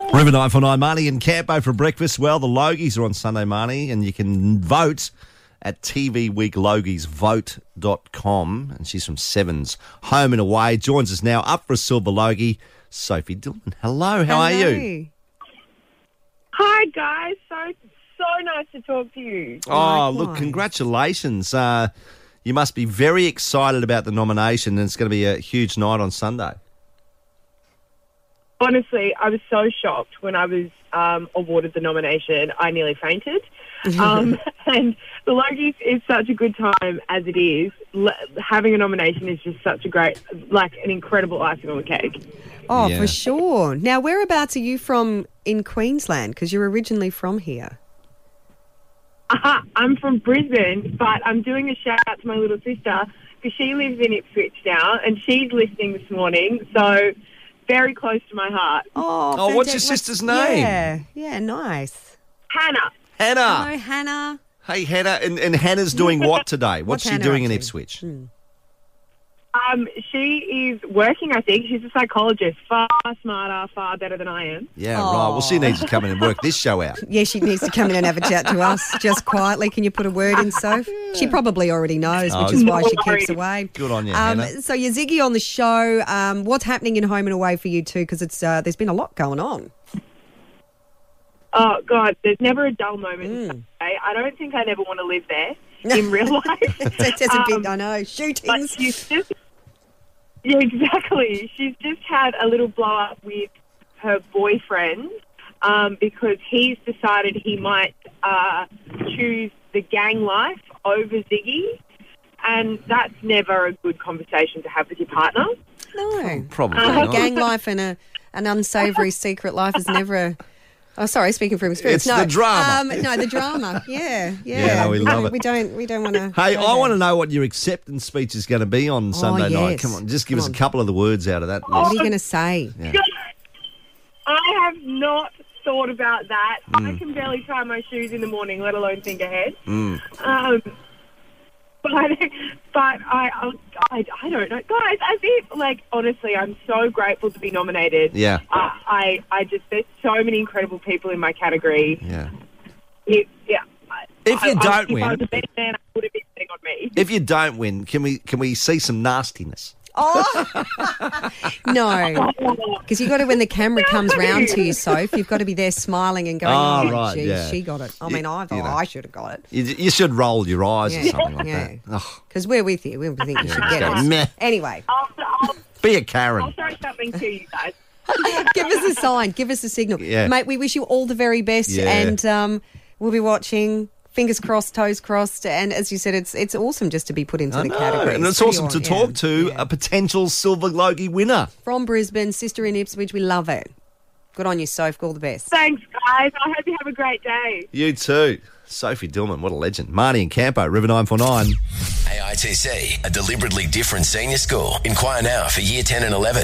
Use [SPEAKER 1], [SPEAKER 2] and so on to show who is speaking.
[SPEAKER 1] River 949, Marnie and Campo for breakfast. Well, the Logies are on Sunday, Marnie, and you can vote at TV Week Logies, vote.com. And she's from Sevens, home and away. Joins us now, up for a silver Logie, Sophie Dillon. Hello, how are you?
[SPEAKER 2] Hi guys, so so nice to talk to you.
[SPEAKER 1] Oh, look,
[SPEAKER 3] Likewise.
[SPEAKER 1] congratulations. Uh, you must be very excited about the nomination, and it's going to be a huge night on Sunday.
[SPEAKER 2] Honestly, I was so shocked when I was um, awarded the nomination. I nearly fainted. Um, and the Logies is such a good time as it is. L- having a nomination is just such a great, like an incredible icing on the cake.
[SPEAKER 3] Oh,
[SPEAKER 1] Yeah.
[SPEAKER 3] for sure. Now, whereabouts are you from in Queensland? Because you're originally from here.
[SPEAKER 2] Uh-huh. I'm from Brisbane, but I'm doing a shout out to my little sister because she lives in Ipswich now, and she's listening this morning. So very close to my heart,
[SPEAKER 3] Oh,
[SPEAKER 1] Oh, what's
[SPEAKER 3] fantastic.
[SPEAKER 1] your sister's
[SPEAKER 3] What's-
[SPEAKER 1] name?
[SPEAKER 3] Yeah, yeah, nice.
[SPEAKER 2] Hannah.
[SPEAKER 1] Hannah.
[SPEAKER 3] Hello, Hannah.
[SPEAKER 1] Hey, Hannah. And, and Hannah's doing what today? What's,
[SPEAKER 3] What's
[SPEAKER 1] she
[SPEAKER 3] Hannah
[SPEAKER 1] doing
[SPEAKER 3] up
[SPEAKER 1] in
[SPEAKER 3] to? Hmm.
[SPEAKER 1] Ipswich?
[SPEAKER 2] Um, she is working, I think. She's a psychologist, far smarter, far better than I am.
[SPEAKER 1] Yeah, right. Well, she needs to come in and work this show out.
[SPEAKER 3] Yeah, she needs to come in and have a chat to us just quietly. Can you put a word in, Soph? She probably already knows,
[SPEAKER 1] Oh,
[SPEAKER 3] which is why she
[SPEAKER 2] worries.
[SPEAKER 3] keeps away.
[SPEAKER 1] Good on you,
[SPEAKER 3] um,
[SPEAKER 1] Hannah.
[SPEAKER 3] So you're Ziggy on the show. Um, what's happening in Home and Away for you too? Because it's uh, there's been a lot going on.
[SPEAKER 2] Oh, God, there's never a dull moment. in Sunday. I don't think I'd ever want to live there in real life.
[SPEAKER 3] It's, it's a big,
[SPEAKER 2] Um,
[SPEAKER 3] I know,
[SPEAKER 2] but
[SPEAKER 3] shootings.
[SPEAKER 2] she's just, yeah, exactly. She's just had a little blow up with her boyfriend um, because he's decided he might uh, choose the gang life over Ziggy. And that's never a good conversation to have with your partner.
[SPEAKER 3] No.
[SPEAKER 1] Probably
[SPEAKER 3] A
[SPEAKER 1] not.
[SPEAKER 3] gang life and a, an unsavory secret life is never a. Oh, sorry, speaking from experience.
[SPEAKER 1] It's
[SPEAKER 3] no,
[SPEAKER 1] the drama.
[SPEAKER 3] Um, no, the drama. Yeah, yeah.
[SPEAKER 1] Yeah, no, we love it.
[SPEAKER 3] We don't. We don't want to.
[SPEAKER 1] Hey, I want to know what your acceptance speech is going to be on Sunday night.
[SPEAKER 3] Oh, yes.
[SPEAKER 1] Come on, just give
[SPEAKER 3] Come
[SPEAKER 1] us
[SPEAKER 3] on.
[SPEAKER 1] a couple of the words out of that.
[SPEAKER 3] What
[SPEAKER 1] list.
[SPEAKER 3] are you going to say?
[SPEAKER 2] I have not thought about that.
[SPEAKER 1] Hmm.
[SPEAKER 2] I can barely tie my shoes in the morning, let alone think ahead.
[SPEAKER 1] Mm,
[SPEAKER 2] Um, but but I, I I I don't know, guys. I think like honestly, I'm so grateful to be nominated.
[SPEAKER 1] Yeah.
[SPEAKER 2] Uh, I I just there's so many incredible people in my category.
[SPEAKER 1] Yeah.
[SPEAKER 2] It- yeah. I-
[SPEAKER 1] If you
[SPEAKER 2] I- I-
[SPEAKER 1] don't
[SPEAKER 2] if I was
[SPEAKER 1] win-
[SPEAKER 2] a better man, I would have been sitting on me.
[SPEAKER 1] If you don't win, can we can we see some nastiness?
[SPEAKER 3] Oh no, because you got to when the camera comes round to you, Soph. You've got to be there smiling and going,
[SPEAKER 1] Oh,
[SPEAKER 3] "Oh,
[SPEAKER 1] right,
[SPEAKER 3] geez,
[SPEAKER 1] yeah.
[SPEAKER 3] she got it." I
[SPEAKER 1] You-
[SPEAKER 3] mean, I
[SPEAKER 1] you know.
[SPEAKER 3] I should have got it
[SPEAKER 1] You, you should roll your eyes or
[SPEAKER 3] Yeah.
[SPEAKER 1] something like
[SPEAKER 3] Yeah.
[SPEAKER 1] that. Ugh,
[SPEAKER 3] because we're with you. We think you should
[SPEAKER 1] just
[SPEAKER 3] get
[SPEAKER 1] go,
[SPEAKER 3] it.
[SPEAKER 1] "Meh."
[SPEAKER 3] Anyway,
[SPEAKER 2] I'll, I'll,
[SPEAKER 1] be a
[SPEAKER 2] I'll
[SPEAKER 1] Karen.
[SPEAKER 2] throw something to you guys.
[SPEAKER 3] give us a sign. Give us a signal,
[SPEAKER 1] Yeah.
[SPEAKER 3] mate. We wish you all the very best,
[SPEAKER 1] Yeah.
[SPEAKER 3] and um, we'll be watching. Fingers crossed, toes crossed, and as you said, it's it's awesome just to be put into
[SPEAKER 1] I
[SPEAKER 3] the
[SPEAKER 1] know,
[SPEAKER 3] category.
[SPEAKER 1] and it's
[SPEAKER 3] pretty
[SPEAKER 1] awesome to
[SPEAKER 3] aw- yeah,
[SPEAKER 1] talk to
[SPEAKER 3] yeah.
[SPEAKER 1] a potential Silver Logie winner.
[SPEAKER 3] from Brisbane, sister in Ipswich. We love it. Good on you, Soph. All the best.
[SPEAKER 2] Thanks, guys. I hope you have a great day.
[SPEAKER 1] You too. Sophie Dillman, what a legend. Marnie and Campo, River 949.
[SPEAKER 4] AITC, a deliberately different senior school. Inquire now for year 10 and 11.